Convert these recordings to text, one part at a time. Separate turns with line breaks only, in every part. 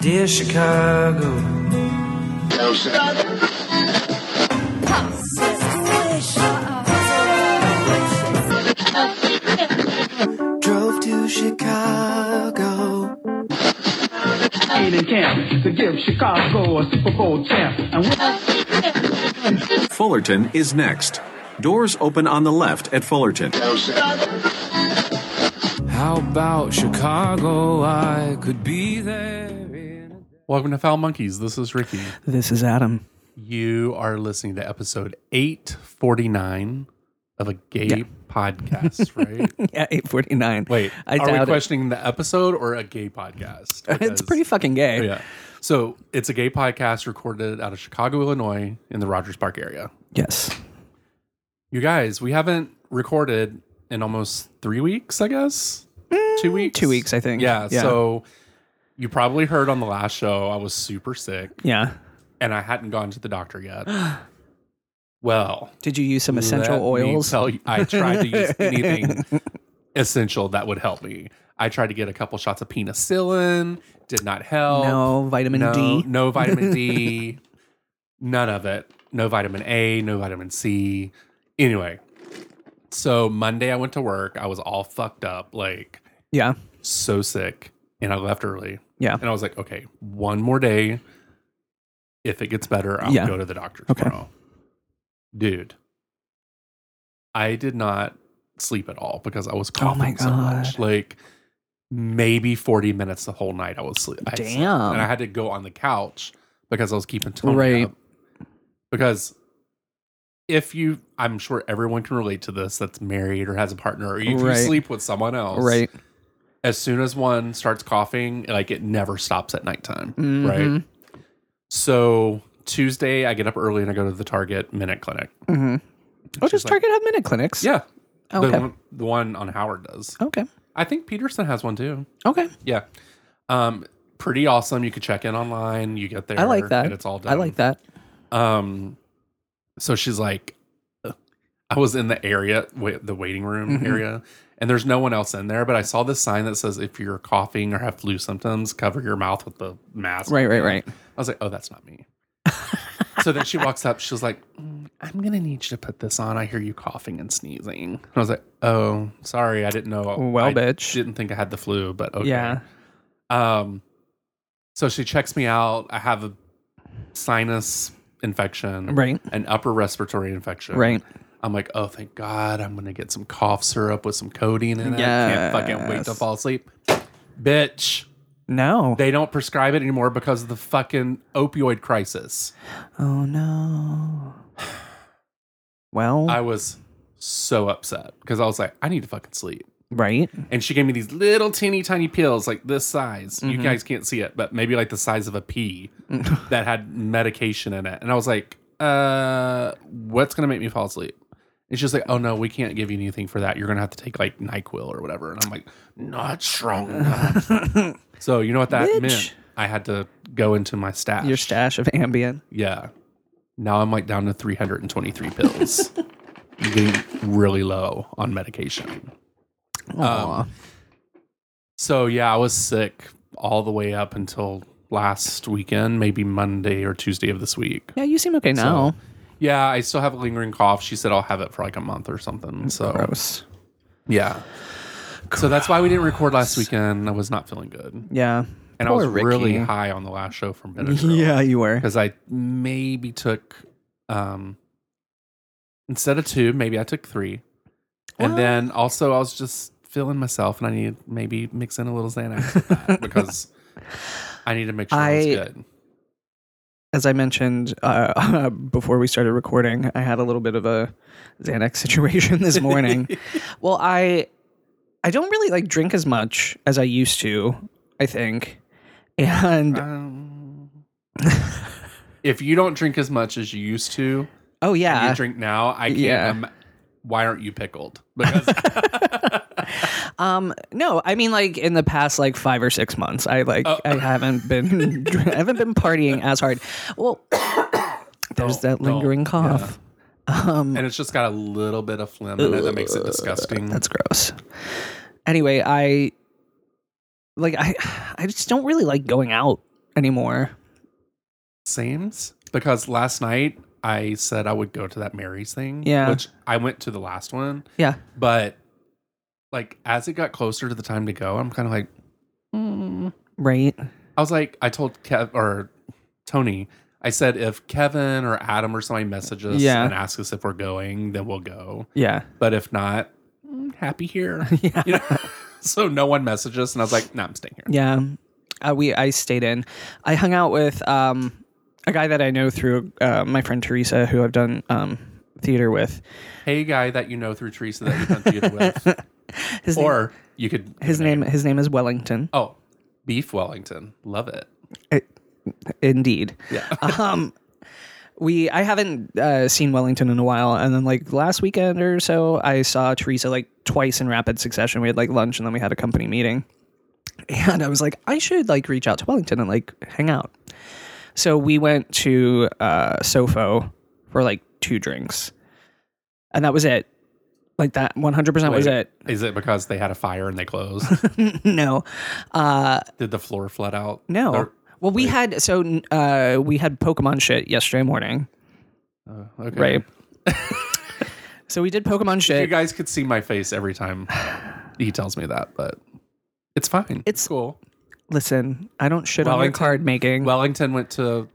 Dear Chicago. Drove to Chicago.
Ain't in camp to give Chicago a Super Bowl champ. And we-
Fullerton is next. Doors open on the left at Fullerton.
How about Chicago? I could be there. In a-
Welcome to Foul Monkeys. This is Ricky.
This is Adam.
You are listening to episode 849 of a gay podcast, right?
Yeah, eight forty nine.
Wait,
I
are we
doubt it.
questioning the episode or a gay podcast?
It's
Because- Oh,
pretty fucking gay.
Yeah. So it's a gay podcast recorded out of Chicago, Illinois, in the Rogers Park area.
Yes,
You guys, we haven't recorded in almost three weeks, I guess. two weeks.
Mm, two weeks, I think.
Yeah,
Yeah.
So you probably heard on the last show I was super sick
yeah.
and I hadn't gone to the doctor yet. well,
Did you use some essential
let me
oils?
tell you- I tried to use anything essential that would help me. I tried to get a couple shots of penicillin, did not help.
No vitamin
no,
D.
No vitamin D. none of it. No vitamin A, no vitamin C. Anyway, so Monday I went to work. I was all fucked up, like
Yeah,
so sick, and I left early.
yeah.
And I was like, okay, one more day. If it gets better, I'll
Yeah.
go to the doctor
Okay.
tomorrow. Dude, I did not sleep at all because I was
Oh my
coughing so much. Like maybe 40 minutes the whole night I was sleep. I slept.
Damn.
And I had to go on the couch because I was keeping Tony
Um, Right.
up. Because if you, I'm sure everyone can relate to this that's married or has a partner, or if
Right.
you sleep with someone else,
Right.
as soon as one starts coughing, like it never stops at nighttime, right?
Mm-hmm.
So Tuesday, I get up early and I go to the Target Minute Clinic.
Oh, does Target have minute clinics?
Yeah,
Okay. Oh.
the, one- the one on Howard does.
Okay.
I think Peterson has one too.
Okay.
Yeah, um, pretty awesome. You could check in online. You get there.
I like that.
And it's all done.
I like that.
Um, so she's like, I was in the area, wa- the waiting room
Mm-hmm.
area, and there's no one else in there. But I saw this sign that says, if you're coughing or have flu symptoms, cover your mouth with the mask.
Right. Right. Right.
I was like, oh, that's not me. so then she walks up. She was like, "Mm, I'm going to need you to put this on. I hear you coughing and sneezing. And I was like, oh, sorry. I didn't know.
Well,
I
bitch.
didn't think I had the flu, but okay.
Yeah.
Um, so she checks me out. I have a sinus infection,
Right.
An upper respiratory infection,
Right.
I'm like, oh, thank God, I'm gonna get some cough syrup with some codeine in it. I can't fucking wait to
Yes.
fall asleep, bitch.
No.
They don't prescribe it anymore because of the fucking opioid crisis.
oh no. Well,
I was so upset because I was like, I need to fucking sleep.
right.
And she gave me these little teeny tiny pills, like this size. You
Mm-hmm.
guys can't see it, but maybe like the size of a pea
Mm.
that had medication in it. And I was like, uh, what's going to make me fall asleep? And she's like, oh no, we can't give you anything for that. You're going to have to take like NyQuil or whatever. And I'm like, not strong enough. so you know what that
Bitch.
meant? I had to go into my stash.
Your stash of Ambien.
Yeah. Now I'm like down to 323 pills. I'm getting really low on medication. Um,
Aw.
So yeah, I was sick all the way up until last weekend, maybe Monday or Tuesday of this week.
yeah, you seem okay now.
So, yeah, I still have a lingering cough. She said I'll have it for like a month or something. So
Gross.
yeah. So that's why we didn't record last weekend. I was not feeling good. And
Yeah.
I was
Poor Ricky.
really high on the last show from Benadryl.
Yeah, you were.
because I maybe took um instead of two, maybe I took three, and then also I was just feeling myself, and I needed maybe mix in a little Xanax with that because I need to make sure I, was
I-
good.
as I mentioned uh, before we started recording, I had a little bit of a Xanax situation this morning. well, I I don't really like drink as much as I used to. I think, and
Um, if you don't drink as much as you used to,
oh
and
yeah,
you drink now. I can't.
Yeah.
Um, why aren't you pickled? Because
um, no, I mean like in the past like five or six months, I like
Oh.
I haven't been I haven't been partying as hard. Well, there's
Don't-
that lingering
don't,
cough.
and it's just got a little bit of phlegm in it that makes it disgusting.
That's gross. Anyway, I like I I just don't really like going out anymore.
Sames because last night I said I would go to that Mary's thing.
Yeah.
Which I went to the last one,
Yeah.
but like as it got closer to the time to go, I'm kind of like
Right.
I was like I told Kev or Tony. I said if Kevin or Adam or somebody message us
Yeah.
and ask us if we're going, then we'll go.
Yeah.
But if not, mm, happy here.
Yeah.
You know? so no one messaged us, and I was like, "No, I'm staying here."
Yeah. Uh, we I stayed in. I hung out with um, a guy that I know through uh, my friend Teresa, who I've done um, theater with.
Hey, guy that you know through Teresa that you've done theater with,
His name,
or you could
his name his name is Wellington.
Oh, beef Wellington, love it.
Indeed.
Yeah.
um we i haven't uh, seen wellington in a while and then like last weekend or so i saw teresa like twice in rapid succession we had like lunch and then we had a company meeting and i was like i should like reach out to wellington and like hang out so we went to uh sofo for like two drinks and that was it like that 100% was
Wait,
it
Is it because they had a fire and they closed?
no uh
Did the floor flood out?
no
Or-
well we had so uh we had pokemon shit yesterday morning
okay.
right? so we did Pokemon
You
shit.
guys could see my face every time he tells me that, but it's fine.
It's-
cool.
Listen, I don't shit on your
Wellington-
card making. Well,
Wellington went to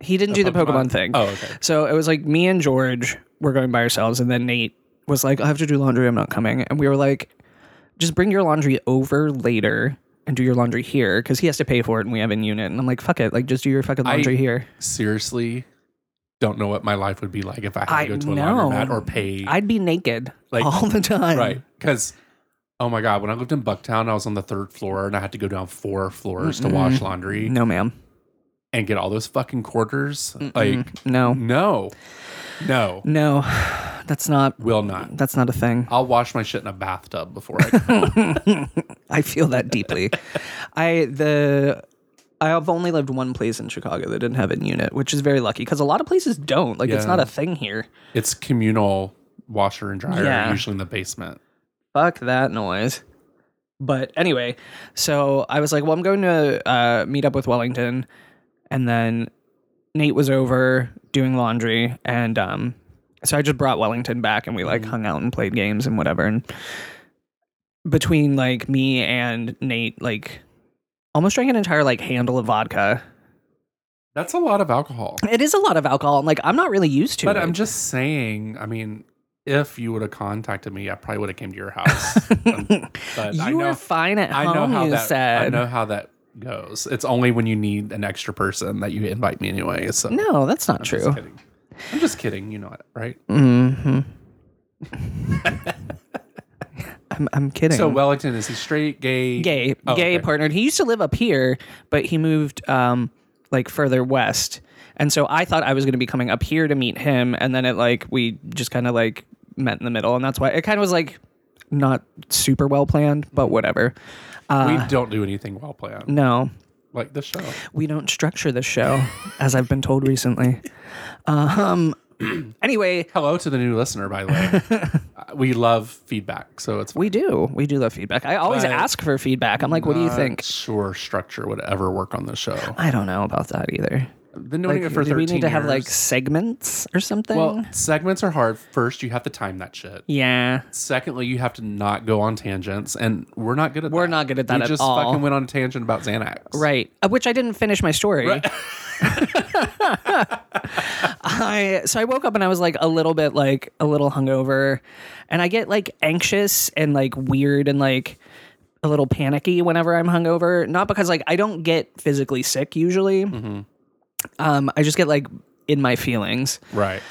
he didn't do the Pokemon, thing.
Oh, okay.
So it was like me and George were going by ourselves, and then Nate was like, "I have to do laundry. I'm not coming." And we were like, "Just bring your laundry over later." And do your laundry here because he has to pay for it, and we have in unit. And I'm like, fuck it, like just do your fucking laundry here.
Seriously, don't know what my life would be like if I had to
I
go to a
know.
laundromat or pay.
I'd be naked
Like-
all the time.
right. Because, oh my God, when I lived in Bucktown, I was on the third floor and I had to go down four floors to wash laundry
No, ma'am.
and get all those fucking quarters. Like,
No,
no, no,
no, that's not.
will not.
That's not a thing.
I'll wash my shit in a bathtub before I go.
I feel that deeply. I the I have only lived one place in Chicago that didn't have an unit, which is very lucky because a lot of places don't. Like it's
Yeah.
not a thing here.
it's communal washer and dryer,
Yeah.
usually in the basement.
Fuck that noise. But anyway, so I was like, well, I'm going to uh, meet up with Wellington, and then Nate was over doing laundry, and um, so I just brought Wellington back, and we
Mm-hmm.
like hung out and played games and whatever. And between like me and Nate, like almost drank an entire like handle of vodka.
That's a lot of alcohol.
It is a lot of alcohol, and like I'm not really used to
But
it.
I'm just saying, I mean, if you would have contacted me, I probably would have came to your house. Um, but
you
I
were
know,
fine at
I
home.
know how
you
that
said
I know how that goes. It's only when you need an extra person that you invite me anyway. So
no, that's not
I'm just
true.
kidding. I'm just kidding. You know it, right?
Mm-hmm. I'm, I'm kidding.
So Wellington is he straight, gay,
gay,
Oh,
gay
okay.
partnered. He used to live up here, but he moved um like further west, and so I thought I was going to be coming up here to meet him, and then it like we just kind of like met in the middle, and that's why it kind of was like not super well planned, but whatever.
we don't do anything well planned
Uh, No,
like the show.
we don't structure this show, as I've been told recently. Um. Anyway,
Hello to the new listener, by the way. Uh, we love feedback, so it's
We do. We do love feedback. I always
But-
ask for feedback. I'm like, what do you think?
sure structure would ever work on the show.
I don't know about that either.
Been doing
Like,
it for
do
13
we need to have
years.
like segments or something?
well, segments are hard. First, you have to time that shit.
yeah.
Secondly, you have to not go on tangents, and we're not good at.
We're
that.
not good at that
We
at
just
all.
fucking went on a tangent about Xanax.
Right. Uh, Which I didn't finish my story. I so I woke up and I was like a little bit like a little hungover and I get like anxious and like weird and like a little panicky whenever I'm hungover. Not because like I don't get physically sick usually. Um I just get like in my feelings.
right.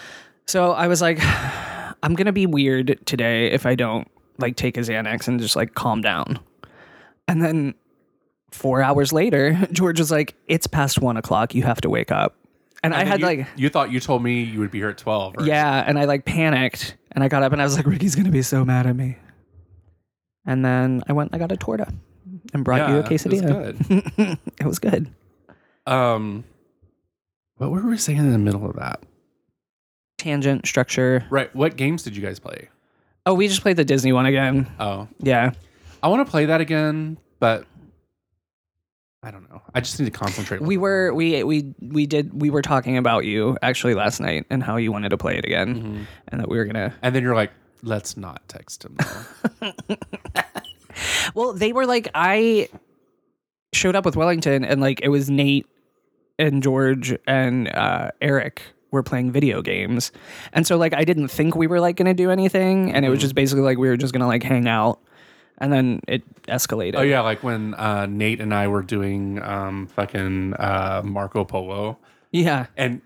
So I was like, I'm gonna be weird today if I don't like take a Xanax and just like calm down. And then four hours later, George was like, It's past one o'clock, you have to wake up. And, I
And
had
you,
like
you thought you told me you would be here at twelve. Or
Yeah, and I like panicked and I got up and I was like, Ricky's gonna be so mad at me. And then I went and I got a torta and brought you a
it was
quesadilla.
good.
It was good.
um, what were we saying in the middle of that?
Tangent structure.
Right. What games did you guys play?
Oh, we just played the Disney one again.
Oh,
Yeah.
I want to play that again, but I don't know. I just need to concentrate.
We were we we we did we were talking about you actually last night and how you wanted to play it again,
Mm-hmm.
and that we were gonna.
and then you're like, let's not text him. now."
Well, they were like I showed up with Wellington and like it was Nate and George and uh, Eric were playing video games, and so like I didn't think we were like gonna do anything, and it
Mm-hmm.
was just basically like we were just gonna like hang out, and then it escalated.
oh yeah, like when uh, Nate and I were doing um, fucking uh, Marco Polo,
yeah.
and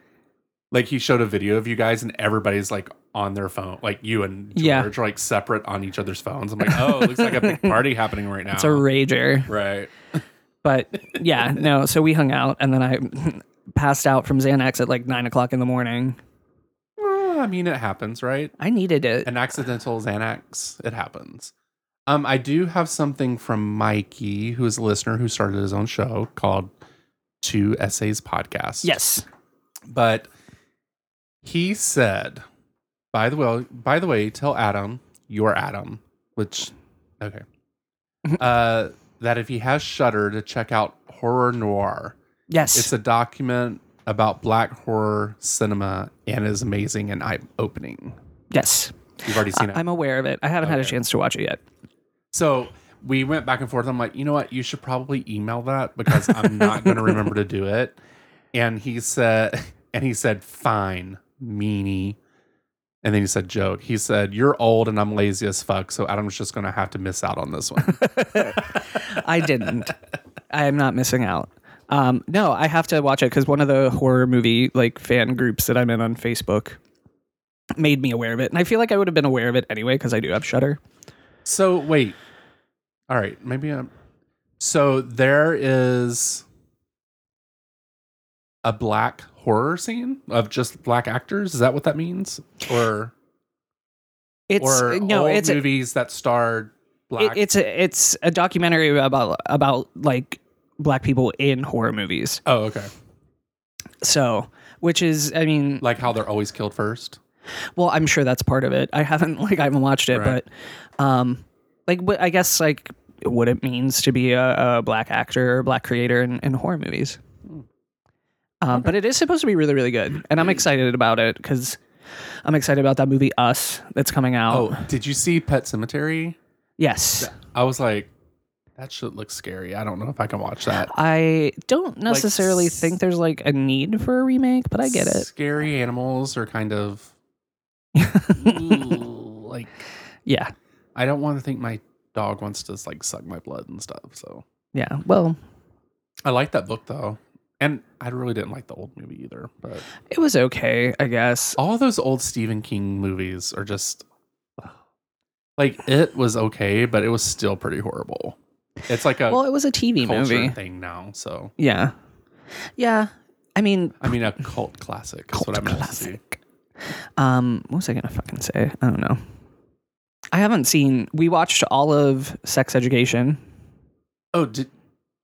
like he showed a video of you guys, and everybody's like on their phone, like you and George
Yeah.
are like separate on each other's phones. I'm like, oh, it looks like a big party happening right now.
It's a rager.
right.
But yeah, no. So we hung out, and then I passed out from Xanax at like nine o'clock in the morning.
Well, I mean, it happens, right?
I needed it.
An accidental Xanax, it happens. Um, I do have something from Mikey, who is a listener who started his own show called Two Essays Podcast.
Yes.
but he said, "By the way, by the way, tell Adam you're Adam." Which, okay, uh, that if he has Shudder to check out Horror Noir,
Yes.
it's a document about black horror cinema and is amazing and eye opening.
yes.
You've already seen it.
I'm aware of it. I haven't had a chance to watch it yet.
So we went back and forth. I'm like, you know what? You should probably email that because I'm not going to remember to do it. And he said, and he said, fine, meanie. And then he said, joke. He said, you're old and I'm lazy as fuck. So Adam's just going to have to miss out on this one.
I didn't. I am not missing out. Um, no, I have to watch it because one of the horror movie like fan groups that I'm in on Facebook made me aware of it, and I feel like I would have been aware of it anyway because I do have Shutter.
so wait. All right. Maybe I'm. So there is a black horror scene of just black actors. Is that what that means? Or.
It's uh,
or
no,
old
it's a,
movies that starred
it,
black.
it's a, it's a documentary about about like black people in horror movies.
oh, okay.
So, which is, I mean,
Like how they're always killed first.
Well, I'm sure that's part of it. I haven't like I haven't watched it,
Right.
but um, like what I guess like what it means to be a, a black actor or black creator in, in horror movies. Um, But it is supposed to be really, really good, and I'm excited about it because I'm excited about that movie Us that's coming out.
Oh, did you see Pet Cemetery?
Yes,
I was like, that shit looks scary. I don't know if I can watch that.
I don't necessarily
s-
think there's like a need for a remake, but I get it.
Scary animals are kind of like
Yeah,
I don't want to think my dog wants to like suck my blood and stuff. So
yeah. Well,
I like that book though, and I really didn't like the old movie either. But
it was okay, I guess.
all those old Stephen King movies are just like it was okay, but it was still pretty horrible. It's like a
Well, it was a TV
culture
movie.
thing now, so
Yeah, yeah. I mean,
I mean a cult classic. That's what I'm meant to see.
Um, what was I gonna fucking say? I don't know. I haven't seen. We watched all of Sex Education.
Oh, did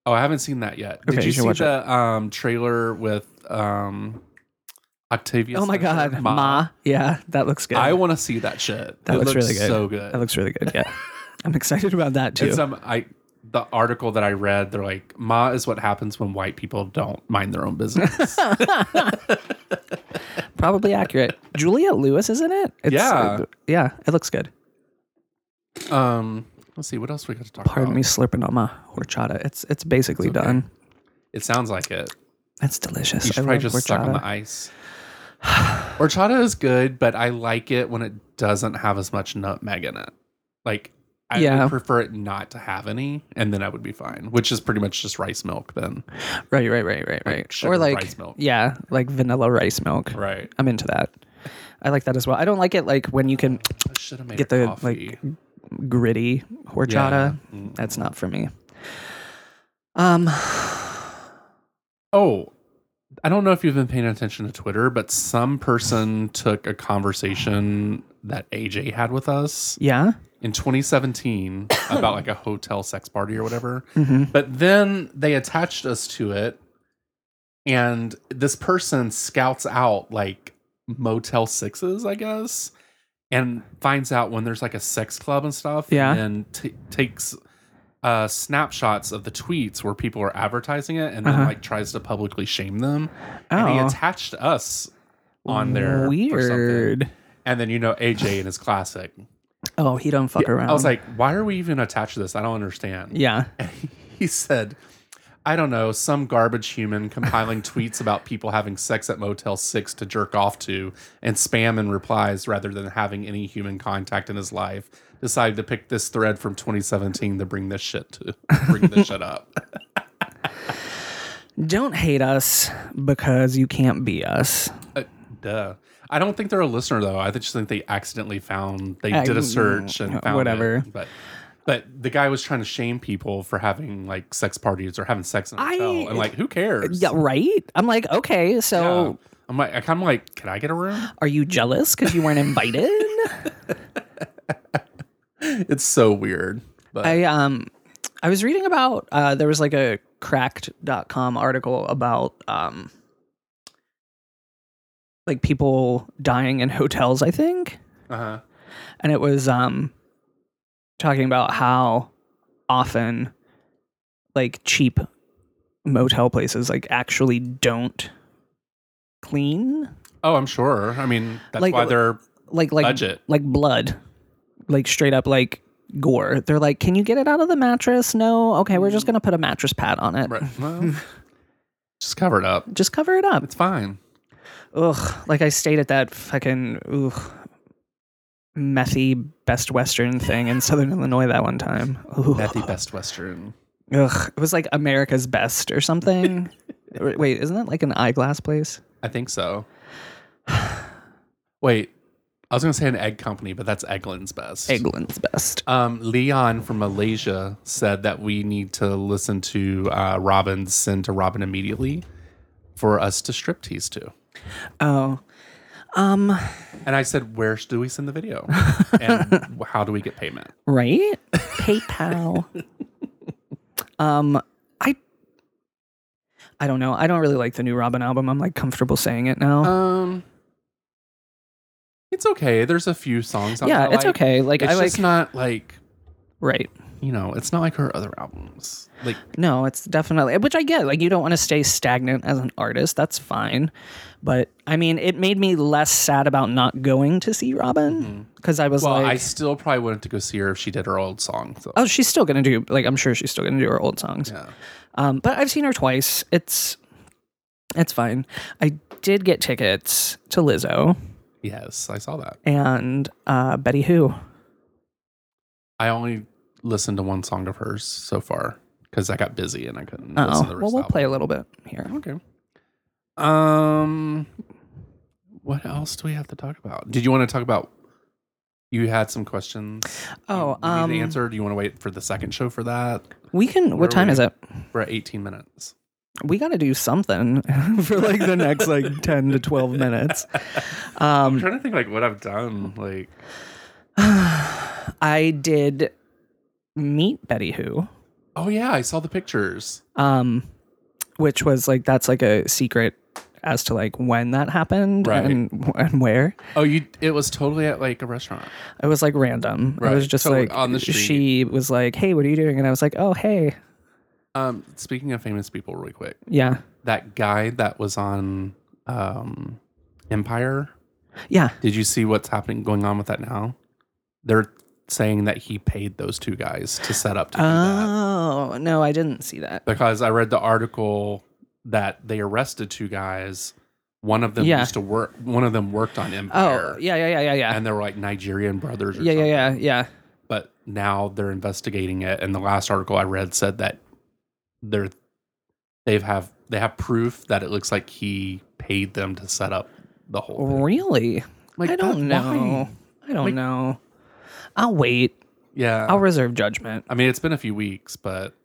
oh I haven't seen that yet.
Okay,
did
you
you
should
see
watch it.
the um, trailer with um, Octavia?
oh my
Spencer?
god, Ma. Yeah, that looks good.
I want to see that shit.
that
it
looks,
looks
really good.
So good.
That looks really good. Yeah, I'm excited about that too.
And some I the article that I read, they're like, "Ma is what happens when white people don't mind their own business."
Probably accurate. Juliette Lewis, isn't it? It's,
Yeah.
uh, yeah, it looks good.
Um, let's see what else we got to talk
Pardon
about.
me slurping on my horchata. It's it's basically done.
It sounds like it.
It's delicious.
You should
I
probably
love
just suck on
horchata.
the ice. Horchata is good, but I like it when it doesn't have as much nutmeg in it. Like I
Yeah.
would prefer it not to have any, and then I would be fine. Which is pretty much just rice milk then.
Right, right, right, right, right.
sugar
or like
rice milk.
yeah, like vanilla rice milk.
Right.
I'm into that. I like that as well. I don't like it like when you can
I should have made
Get
her
the,
coffee.
like, gritty horchata. Mm-hmm. That's not for me. Um,
Oh, I don't know if you've been paying attention to Twitter, but some person took a conversation that AJ had with us
yeah.
in 2017 about like a hotel sex party or whatever.
Mm-hmm.
But then they attached us to it, and this person scouts out like Motel Sixes, I guess, and finds out when there's like a sex club and stuff.
Yeah.
and t- takes uh, snapshots of the tweets where people are advertising it and then like tries to publicly shame them. And he
Uh-huh. Oh.
attached us on there. For something.
Weird.
And then you know AJ in his classic.
Oh, he don't fuck around.
I was like, why are we even attached to this? I don't understand.
yeah.
He said, I don't know, some garbage human compiling tweets about people having sex at Motel 6 to jerk off to and spam in replies rather than having any human contact in his life decided to pick this thread from 2017 to bring this shit to bring this shit up.
Don't hate us because you can't be us.
Uh, duh. I don't think they're a listener though. I just think they accidentally found they did a search and found
whatever.
it. But but the guy was trying to shame people for having like sex parties or having sex in a hotel. and like, who cares?
Yeah, right? I'm like, okay, so
Yeah. I'm like, I kind of like, can I get a room?
are you jealous because you weren't invited?
It's so weird. But
I um I was reading about uh there was like a cracked.com article about um like people dying in hotels, I think.
uh-huh.
and it was um talking about how often like cheap motel places like actually don't clean
oh, I'm sure. I mean, that's
Like-
why they're
like like
Budget.
like blood like straight up like gore they're like can you get it out of the mattress no okay we're just gonna put a mattress pad on it
right, well, just covered up.
just cover it up
It's fine.
ugh like i stayed at that fucking ugh methy best western thing in southern illinois that one time Ugh.
At the Best Western.
Ugh, it was like America's Best or something. Or- Wait, isn't that like an eyeglass place?
I think so. Wait, I was going to say an egg company, but that's Eggland's Best.
England's Best.
Um, Leon from Malaysia said that we need to listen to uh, Robin send to Robin immediately for us to strip tease to.
Oh,
And I said, where do we send the video? and how do we get payment?
right? PayPal. um, I I don't know. I don't really like the new Robin album. I'm like comfortable saying it now.
Um, it's okay. There's a few songs. on
yeah,
there I
it's okay. Like
It's
I like
just not like
right.
you know. It's not like her other albums. Like
No, it's definitely which I get. Like you don't want to stay stagnant as an artist. That's fine. But I mean, it made me less sad about not going to see Robin because I was
Mm-hmm. well,
like
I still probably wouldn't to go see her if she did her old song. So.
Oh, she's still gonna do like I'm sure she's still gonna do her old songs.
Yeah.
Um, but I've seen her twice. It's it's fine. I did get tickets to Lizzo
Yes, I saw that.
and uh, Betty Who.
I only listened to one song of hers so far because I got busy and I couldn't
Oh,
listen to the rest.
well, we'll
of the
play a little bit here.
album. Okay. Um, what else do we have to talk about? Did you want to talk about? You had some questions.
Oh,
you need
um,
to answer. Do you want to wait for the second show for that?
we can.
Where
What time
we-
is it?
We're at 18 minutes.
We got to do something for like the next like ten to twelve minutes.
I'm trying to think like what I've done. Like,
I did meet Betty Who.
oh yeah, I saw the pictures.
um, which was like that's like a secret as to like when that happened
Right.
and and where.
Oh, you it was totally at like a restaurant.
It was like random. It was
Right.
just
So,
like
on the street.
she was like, "Hey, what are you doing?" And I was like, "Oh, hey,
Um, speaking of famous people, really quick,
yeah,
that guy that was on um Empire.
yeah."
Did you see what's happening going on with that now? They're saying that he paid those two guys to set up to do that
Oh no, I didn't see that.
because I read the article that they arrested two guys. One of them
Yeah.
used to work. One of them worked on Empire.
Oh yeah, yeah, yeah, yeah, yeah,
and they were like Nigerian brothers. Or
yeah, yeah,
something.
yeah, yeah.
But now they're investigating it, and the last article I read said that they're they've have they have proof that it looks like he paid them to set up the whole. Thing.
Really?
Like,
I don't
that-
know.
why?
I don't
Like-
know. I'll wait.
Yeah,
I'll reserve judgment.
I mean it's been a few weeks, but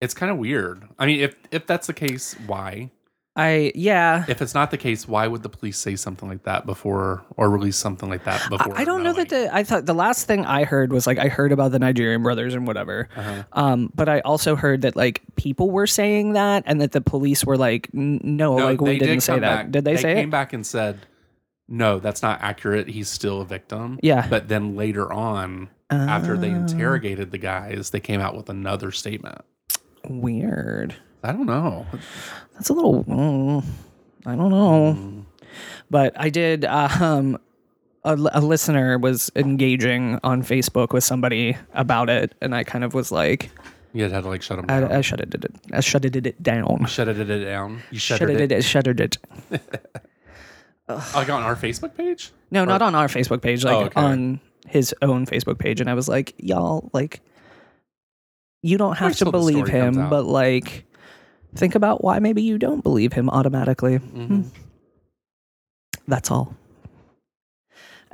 it's kind of weird. I mean, if if that's the case, why?
I yeah.
If it's not the case, why would the police say something like that before or release something like that before?
I don't know that
knowing?
the I thought the last thing I heard was like I heard about the Nigerian brothers and whatever.
Uh-huh.
Um, but I also heard that like people were saying that and that the police were like, "N- no,
No,
like we
they
didn't
did
say
come
that.
back-
Did they, say
came
it?
back and said no, that's not accurate. He's still a victim.
Yeah. Oh.
But then later on, after they interrogated the guys, they came out with another statement.
Weird.
I don't know.
That's a little. mm, I don't know.
Mm.
But I did. uh, Um, a, l- a listener was engaging on Facebook with somebody about it, and I kind of was like,
You had to like shut him down.
I, I shut it, I shut it, it down.
shut it, it down. You shut
Shut
it,
it, shuttered it.
like on our Facebook page.
No, not on our Facebook page, like
Oh, okay.
on his own Facebook page. And I was like, y'all, like, you don't have
Wait
to
till the
believe
story comes
him,
out.
but like, think about why maybe you don't believe him automatically.
Mm-hmm.
Hmm. That's all.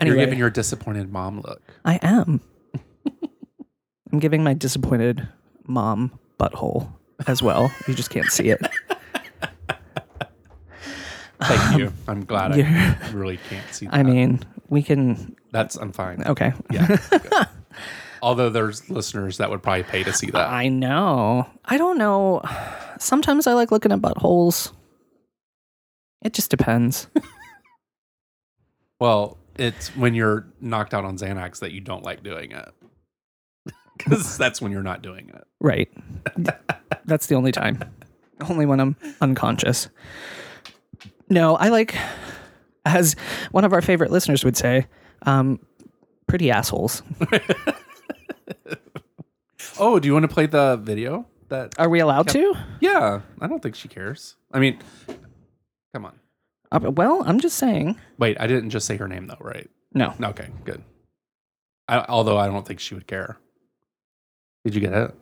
You're
Anyway,
giving your disappointed mom look.
I am. I'm giving my disappointed mom butthole as well. You just can't see it.
Thank you. I'm glad
yeah.
I really can't see. That.
Um, I mean, we can.
that's I'm fine.
Okay.
Yeah. good. Although there's listeners that would probably pay to see that.
I know. I don't know. Sometimes I like looking at buttholes. It just depends.
Well, it's when you're knocked out on Xanax that you don't like doing it. Because that's when you're not doing it.
right. That's the only time. Only when I'm unconscious. No, I like, as one of our favorite listeners would say, um, pretty assholes.
Oh, do you want to play the video? That uh,
Are we allowed to?
yeah, I don't think she cares. I mean, come on.
Uh, well, I'm just saying.
Wait, I didn't just say her name though, right?
No.
Okay, good. I, although I don't think she would care. Did you get it?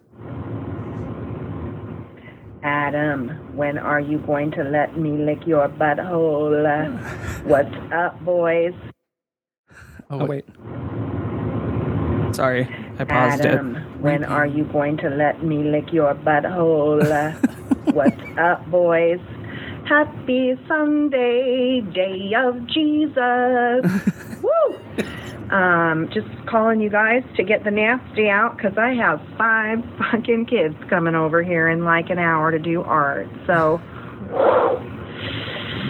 Adam, when are you going to let me lick your butthole? What's up, boys?
Oh, wait. Sorry. I paused
Adam,
it.
when are you going to let me lick your butthole? What's up, boys? Happy Sunday, Day of Jesus. Woo! Um, just calling you guys to get the nasty out 'cause I have five fucking kids coming over here in like an hour to do art. So.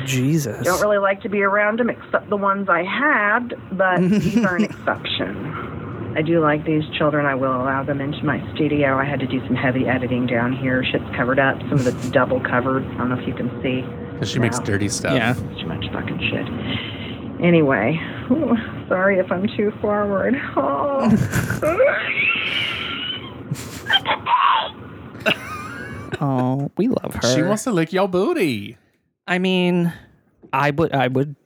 Jesus.
Don't really like to be around them except the ones I had, but these are an exception. I do like these children. I will allow them into my studio. I had to do some heavy editing down here. Shit's covered up. Some of it's double covered. I don't know if you can see.
Because she makes
No.
dirty stuff.
yeah.
It's too much fucking shit. Anyway, ooh, sorry if I'm too forward. Oh.
Oh, we love her.
She wants to lick your booty.
I mean, I would I would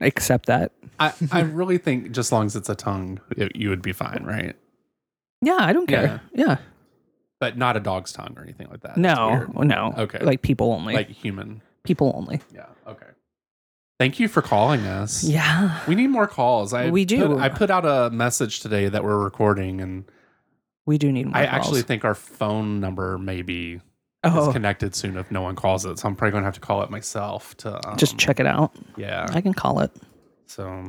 accept that.
I, I really think just as long as it's a tongue, it, you would be fine, right?
Yeah, I don't care. Yeah.
But not a dog's tongue or anything like that. That's
No,
weird.
no.
Okay.
Like people only.
Like human.
people only.
Yeah. Okay. Thank you for calling us.
Yeah.
We need more calls. I
We do.
put- I put out a message today that we're recording, and
We do need more.
I
calls.
actually think our phone number may be
oh,
disconnected soon if no one calls it. So I'm probably going to have to call it myself to um,
just check it out.
Yeah.
I can call it.
so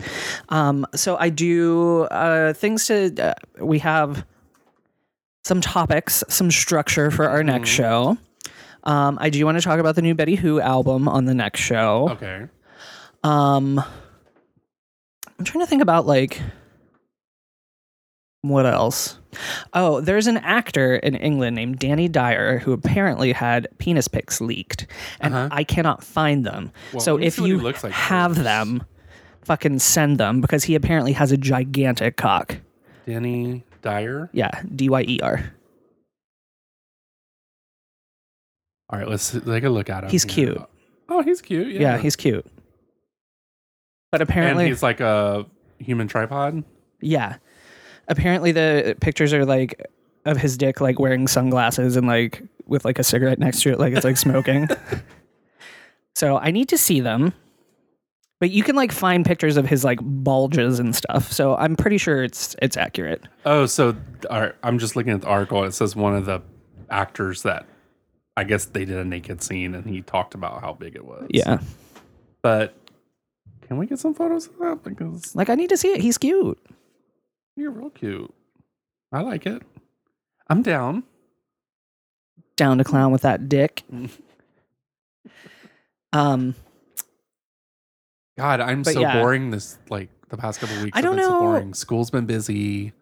Um, so I do uh, things to. Uh, we have some topics, some structure for our next
Mm-hmm.
show. Um, I do want to talk about the new Betty Who album on the next show.
okay.
Um, I'm trying to think about like what else. Oh, there's an actor in England named Danny Dyer who apparently had penis pics leaked, and I cannot find them.
Uh-huh. Well,
so
let me
if
see what he
you
looks like
have
first.
them, fucking send them because he apparently has a gigantic cock.
Danny Dyer.
Yeah, D Y E R.
All right, let's take a look at him.
He's
here.
cute.
Oh, he's cute. Yeah,
Yeah. he's cute. But apparently,
and he's like a human tripod.
Yeah. Apparently the pictures are like of his dick like wearing sunglasses and like with like a cigarette next to it like it's like smoking. so I need to see them. But you can like find pictures of his like bulges and stuff. So I'm pretty sure it's it's accurate.
Oh, so all right, I'm just looking at the article. It says one of the actors that I guess they did a naked scene, and he talked about how big it was.
Yeah.
but can we get some photos of that? Because
Like I need to see it. He's cute.
you're real cute. I like it. I'm down.
Down to clown with that dick. um
God, I'm
But
so
yeah.
boring this like the past couple weeks.
I
have
don't
been so
know.
boring. School's been busy.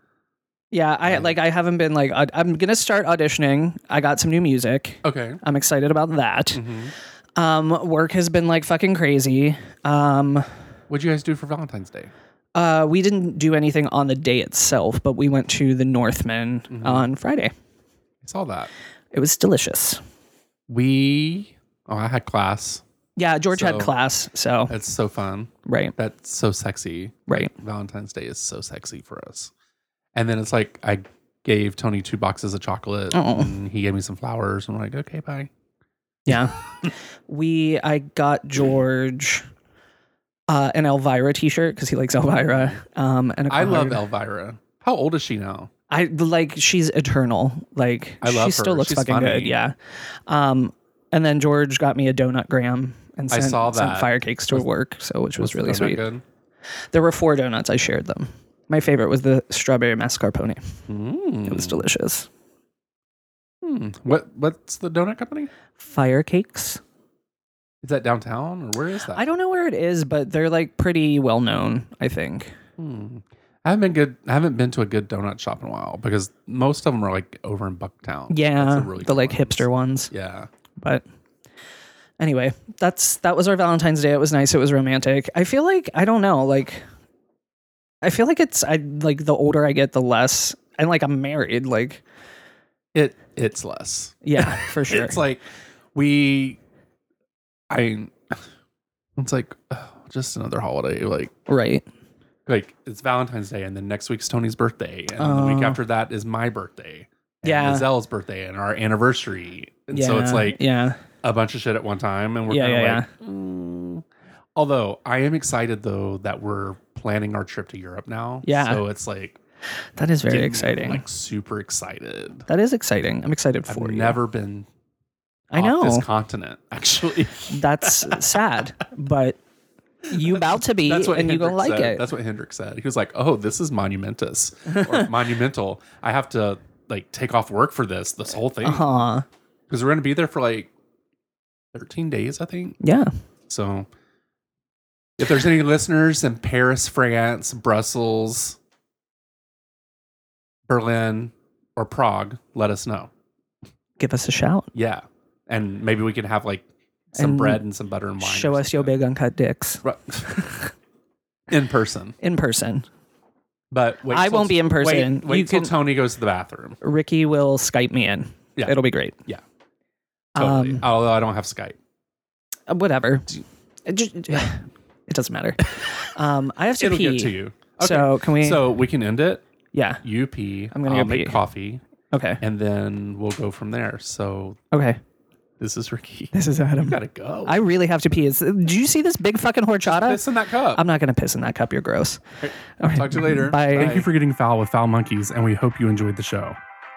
Yeah, I
Right.
like I haven't been like I, I'm gonna start auditioning. I got some new music.
Okay.
I'm excited about that.
Mhm.
Um, work has been like fucking crazy. Um,
What'd you guys do for Valentine's Day?
uh, we didn't do anything on the day itself, but we went to the Northman
Mm-hmm.
on Friday.
I saw that.
It was delicious.
We oh I had class.
Yeah, George
So- uh,
had class, so
That's so fun.
right,
That's so sexy.
right.
Valentine's Day is so sexy for us. And then it's like I gave Tony two boxes of chocolate
Oh.
and he gave me some flowers and I'm like, okay, bye.
Yeah. we I got George uh an Elvira t-shirt cuz he likes Elvira. Um and a
I love
card.
Elvira. How old is she now?
I like she's eternal. Like
I love
she still
her.
looks
She's
fucking
funny.
good, yeah. Um and then George got me a donut gram and
I
sent,
saw
sent
that.
fire cakes to work, so which was,
the
really
donut
sweet.
good?
There were four donuts I shared them. My favorite was the strawberry mascarpone. It was delicious.
Hmm. What what's the donut company?
Fire cakes?
Is that downtown or where is that?
I don't know where it is, but they're like pretty well known, I think.
Hmm. I haven't been good. I haven't been to a good donut shop in a while because most of them are like over in Bucktown.
Yeah,
That's a really
the
good
like
one.
hipster ones.
Yeah,
But anyway, that's that was our Valentine's Day. It was nice. It was romantic. I feel like I don't know. Like I feel like it's I like the older I get, the less. And like I'm married. Like
it it's less.
yeah, for sure.
It's like we. I. It's like ugh, just another holiday. Like
right.
like it's Valentine's Day, and then next week's Tony's birthday, and then the week
Oh.
after that is my birthday. And
Yeah.
Zelle's birthday and our anniversary, and
yeah.
so it's like
yeah,
a bunch of shit at one time, and we're
Yeah,
kind of
yeah,
like. "Mm." Although I am excited though that we're planning our trip to Europe now.
Yeah.
So it's like
that is very
getting,
exciting.
Like super excited.
that is exciting. I'm excited
I've
for you.
never been
I
off
know
this continent. Actually,
that's sad, but you about to be,
that's what
and you
Hendrix
gonna like
said.
it.
That's what Hendrik said. He was like, "Oh, this is monumentous or monumental. I have to like take off work for this. This whole thing because
Huh?
we're going to be there for like 13 days, I think.
Yeah.
So, if there's any listeners in Paris, France, Brussels, Berlin, or Prague, let us know.
Give us a shout.
Yeah. And maybe we can have like some
And
bread and some butter and wine. or
Show us your
something.
big uncut dicks
Right. in person.
in person.
But wait,
I
till-
won't be in person.
Wait, wait
You
till
can-
Tony goes to the bathroom.
Ricky will Skype me in.
Yeah.
It'll be great.
Yeah. Totally.
Um,
Although I don't have Skype.
Uh, Whatever. It, ju- it doesn't matter. Um, I have to
It'll
pee.
get to you.
So can we?
So we can end it.
yeah.
You pee.
I'm gonna
I'll
go
make
pee.
coffee,
Okay.
and then we'll go from there. So
Okay.
this is Ricky.
This is Adam.
Gotta go.
I really have to pee. It's, do you see this big fucking horchata?
piss in that cup.
I'm not gonna piss in that cup. You're gross. All right.
Talk to you later.
Bye.
Thank you for getting foul with Foul Monkeys, and we hope you enjoyed the show.